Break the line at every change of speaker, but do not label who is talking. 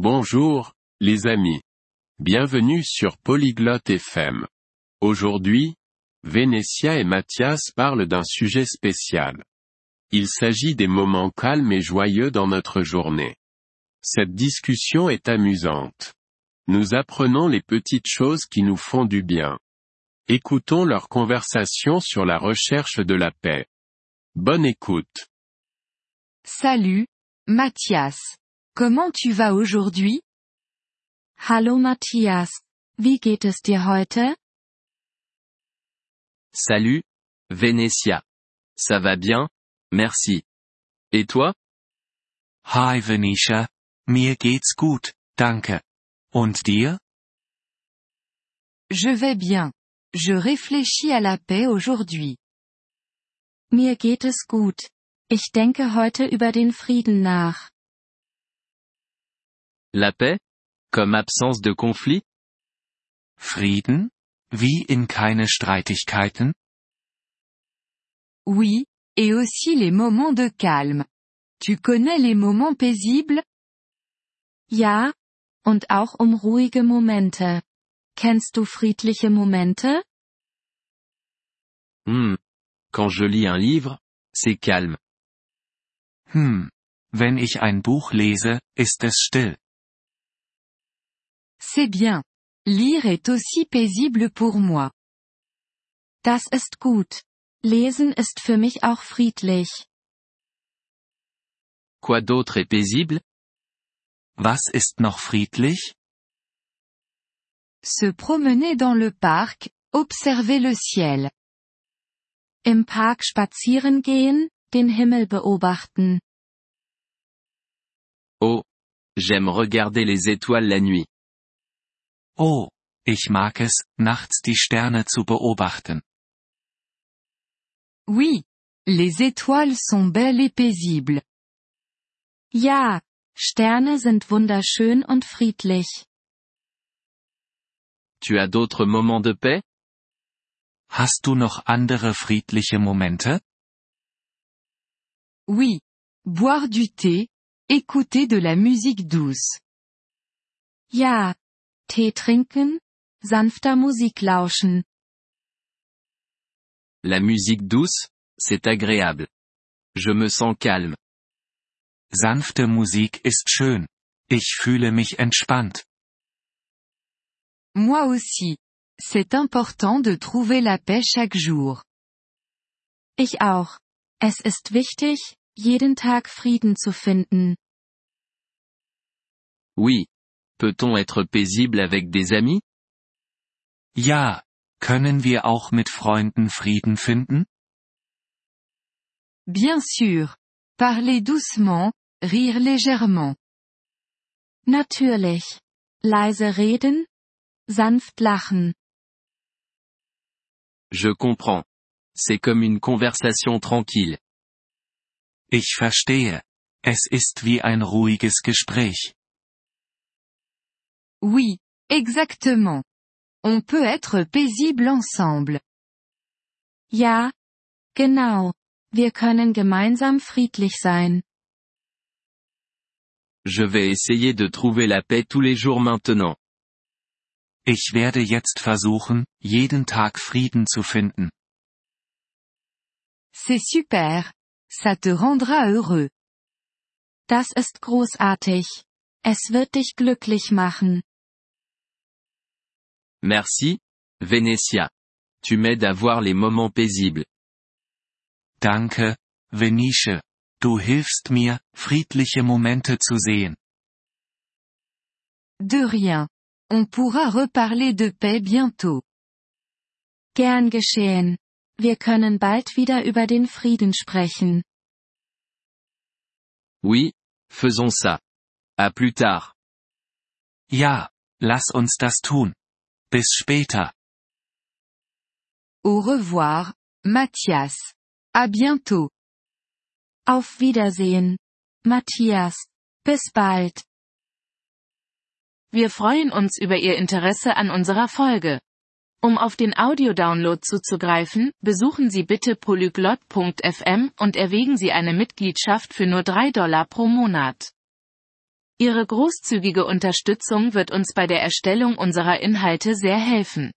Bonjour, les amis. Bienvenue sur Polyglotte FM. Aujourd'hui, Vénétia et Mathias parlent d'un sujet spécial. Il s'agit des moments calmes et joyeux dans notre journée. Cette discussion est amusante. Nous apprenons les petites choses qui nous font du bien. Écoutons leur conversation sur la recherche de la paix. Bonne écoute.
Salut, Matthias. Comment tu vas aujourd'hui? Hallo Matthias. Wie geht es dir heute?
Salut, Vénétia. Ça va bien? Merci. Et toi?
Hi Venetia. Mir geht's gut, danke. Und dir?
Je vais bien. Je réfléchis à la paix aujourd'hui. Mir geht es gut. Ich denke heute über den Frieden nach.
La paix? Comme absence de conflit?
Frieden? Wie in keine Streitigkeiten?
Oui, et aussi les moments de calme. Tu connais les moments paisibles? Ja, und auch um ruhige Momente. Kennst du friedliche Momente?
Hmm. Quand je lis un livre, c'est calme.
Hm. Wenn ich ein Buch lese, ist es still.
C'est bien. Lire est aussi paisible pour moi. Das ist gut. Lesen ist für mich auch friedlich.
Quoi d'autre est paisible?
Was ist noch friedlich?
Se promener dans le parc, observer le ciel. Im Park spazieren gehen, den Himmel beobachten.
Oh. J'aime regarder les étoiles la nuit.
Oh. Ich mag es, nachts die Sterne zu beobachten.
Oui, les étoiles sont belles et paisibles. Ja, Sterne sind wunderschön und friedlich.
Tu as d'autres moments de paix?
Hast du noch andere friedliche Momente?
Oui, boire du thé, écouter de la musique douce. Ja, Tee trinken, sanfter Musik lauschen.
La musique douce, c'est agréable. Je me sens calme.
Sanfte Musik ist schön. Ich fühle mich entspannt.
Moi aussi. C'est important de trouver la paix chaque jour. Ich auch. Es ist wichtig, jeden Tag Frieden zu finden.
Oui. Peut-on être paisible avec des amis?
Ja, können wir auch mit Freunden Frieden finden?
Bien sûr. Parler doucement, rire légèrement. Natürlich. Leise reden, sanft lachen.
Je comprends. C'est comme une conversation tranquille.
Ich verstehe. Es ist wie ein ruhiges Gespräch.
Oui, exactement. On peut être paisible ensemble. Ja, genau. Wir können gemeinsam friedlich sein.
Je vais essayer de trouver la paix tous les jours maintenant.
Ich werde jetzt versuchen, jeden Tag Frieden zu finden.
C'est super. Ça te rendra heureux. Das ist großartig. Es wird dich glücklich machen.
Merci, Vénétia. Tu m'aides à voir les moments paisibles.
Danke, Venische. Du hilfst mir, friedliche Momente zu sehen.
De rien. On pourra reparler de paix bientôt. Gern geschehen. Wir können bald wieder über den Frieden sprechen.
Oui, faisons ça. À plus tard.
Ja, lass uns das tun. Bis später.
Au revoir, Matthias. À bientôt. Auf Wiedersehen. Matthias. Bis bald.
Wir freuen uns über Ihr Interesse an unserer Folge. Um auf den Audiodownload zuzugreifen, besuchen Sie bitte polyglot.fm und erwägen Sie eine Mitgliedschaft für nur 3 Dollar pro Monat.
Ihre großzügige Unterstützung wird uns bei der Erstellung unserer Inhalte sehr helfen.